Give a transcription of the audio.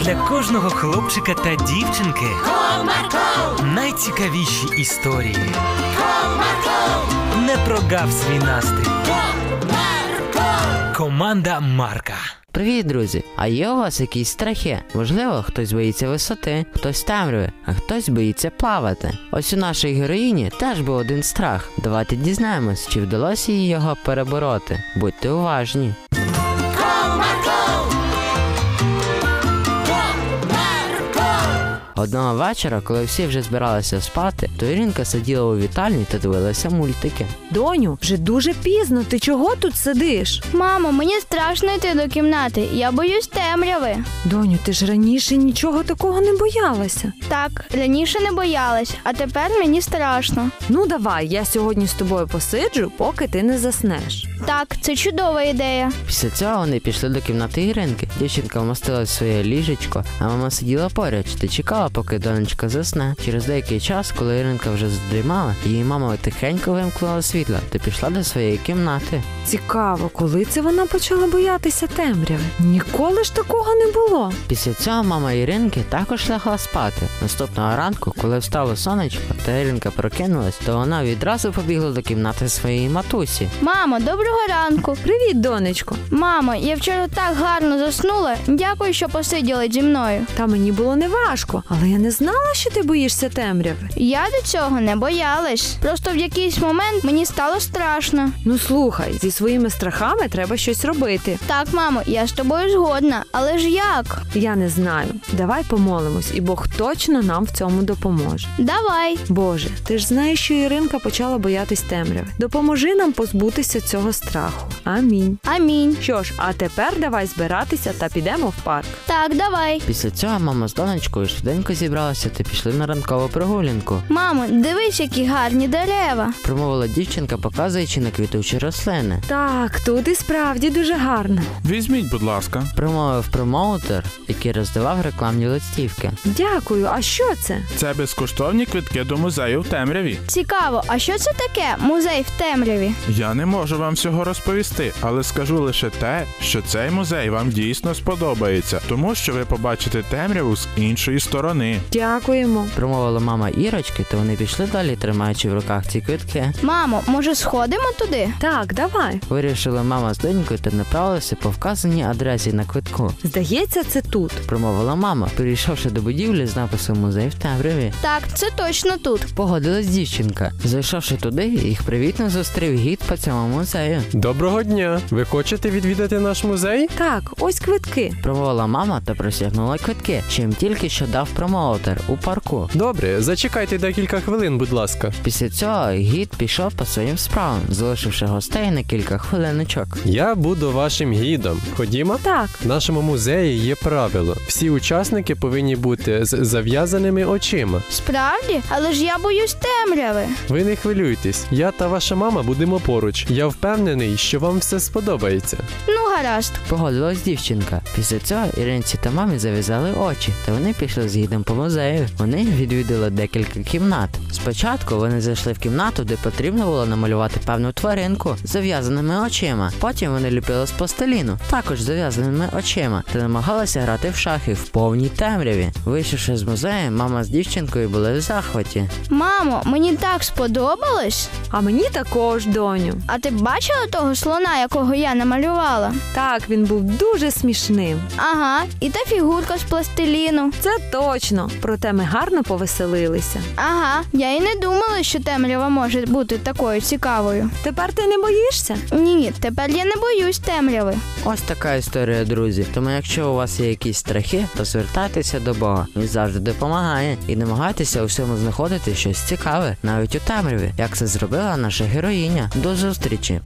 для кожного хлопчика та дівчинки Comarco, найцікавіші історії. Comarco, Не прогав свій настрій. Comarco. Команда Марка. Привіт, друзі! А є у вас якісь страхи? Можливо, хтось боїться висоти, хтось темряви, а хтось боїться плавати. Ось у нашої героїні теж був один страх. Давайте дізнаємось, чи вдалося їй його перебороти. Будьте уважні. Одного вечора, коли всі вже збиралися спати, то Іринка сиділа у вітальні та дивилася мультики. Доню, вже дуже пізно. Ти чого тут сидиш? Мамо, мені страшно йти до кімнати. Я боюсь темряви. Доню, ти ж раніше нічого такого не боялася. Так, раніше не боялась, а тепер мені страшно. Ну давай, я сьогодні з тобою посиджу, поки ти не заснеш. Так, це чудова ідея. Після цього вони пішли до кімнати Іринки. Дівчинка вмостила в своє ліжечко, а мама сиділа поряд та чекала, поки донечка засне. Через деякий час, коли Іринка вже задрімала, її мама тихенько вимкнула світло та пішла до своєї кімнати. Цікаво, коли це вона почала боятися темряви? Ніколи ж такого не було. Після цього мама Іринки також лягла спати. Наступного ранку, коли встало сонечко та Іринка прокинулась, то вона відразу побігла до кімнати своєї матусі. Мамо, доброго ранку. Привіт, донечко. Мамо, я вчора так гарно заснула. Дякую, що посиділи зі мною. Та мені було неважко, але я не знала, що ти боїшся темряви. Я до цього не боялась. Просто в якийсь момент мені стало страшно. Ну слухай, зі своїми страхами треба щось робити. Так, мамо, я з тобою згодна, але ж як? Я не знаю. Давай помолимось, і Бог точно нам в цьому допоможе. Давай. Боже, ти ж знаєш, що Іринка почала боятись темряви. Допоможи нам позбутися цього страху. Амінь. Амінь. Що ж, а тепер давай збиратися та підемо в парк. Так, давай. Після цього мама з донечкою швиденько зібралася та пішли на ранкову прогулянку. Мамо, дивись, які гарні дерева. промовила дівчинка, показуючи на квітучі рослини. Так, тут і справді дуже гарно. Візьміть, будь ласка. Промовив промоутер, який роздавав рекламні листівки. Дякую. А що це? Це безкоштовні квитки до музею в темряві. Цікаво, а що це таке? Музей в темряві. Я не можу вам всього розповісти, але скажу лише те, що цей музей вам дійсно сподобається, тому що ви побачите темряву з іншої сторони. Дякуємо. Промовила мама Ірочки, та вони пішли далі, тримаючи в руках ці квитки. Мамо, може сходимо туди? Так, давай. Вирішила мама з донькою та направилася по вказаній адресі на квитку. Здається, це тут. Промовила мама, перейшовши до будівлі з написом музей в темряві. Так, це точно тут. Погодилась дівчинка. Зайшовши туди, їх привітно зустрів гід по цьому музею. Доброго дня! Ви хочете відвідати наш музей? Так, ось квитки. Промовила мама та просягнула квитки, чим тільки що дав промоутер у парку. Добре, зачекайте декілька хвилин, будь ласка. Після цього гід пішов по своїм справам, залишивши гостей на кілька хвилиночок. Я буду вашим гідом. Ходімо? Так, В нашому музеї є правило: всі учасники повинні бути з зав'язаними очима. Справді, але ж я боюсь темряви. Ви не хвилюйтесь, я та ваша мама будемо поруч. Я впевнений, що вам все сподобається. Ну, гаразд. Погодилась дівчинка. Після цього Іринці та мамі зав'язали очі, та вони пішли з гідом по музею. Вони відвідали декілька кімнат. Спочатку вони зайшли в кімнату, де потрібно було намалювати певну тваринку з зав'язаними очима. Потім вони ліпили з пластиліну, також з зав'язаними очима, та намагалися грати в шахи в повній темряві. Вийшовши з музею, мама з дівчинкою були в захваті. Мамо, мені так сподобалось. а мені також, доню. А ти бачила того слона, якого я намалювала? Так, він був дуже смішним. Ага, і та фігурка з пластиліну. Це точно. Проте ми гарно повеселилися. Ага, я і не думала, що темрява може бути такою цікавою. Тепер ти не боїшся? Ні, ні, тепер я не боюсь темряви. Ось така історія, друзі. Тому якщо у вас є якісь страхи, то звертайтеся до Бога. Він завжди допомагає і намагайтеся у всьому знаходити щось цікаве, навіть у темряві, як це зробила наша героїня. До зустрічі!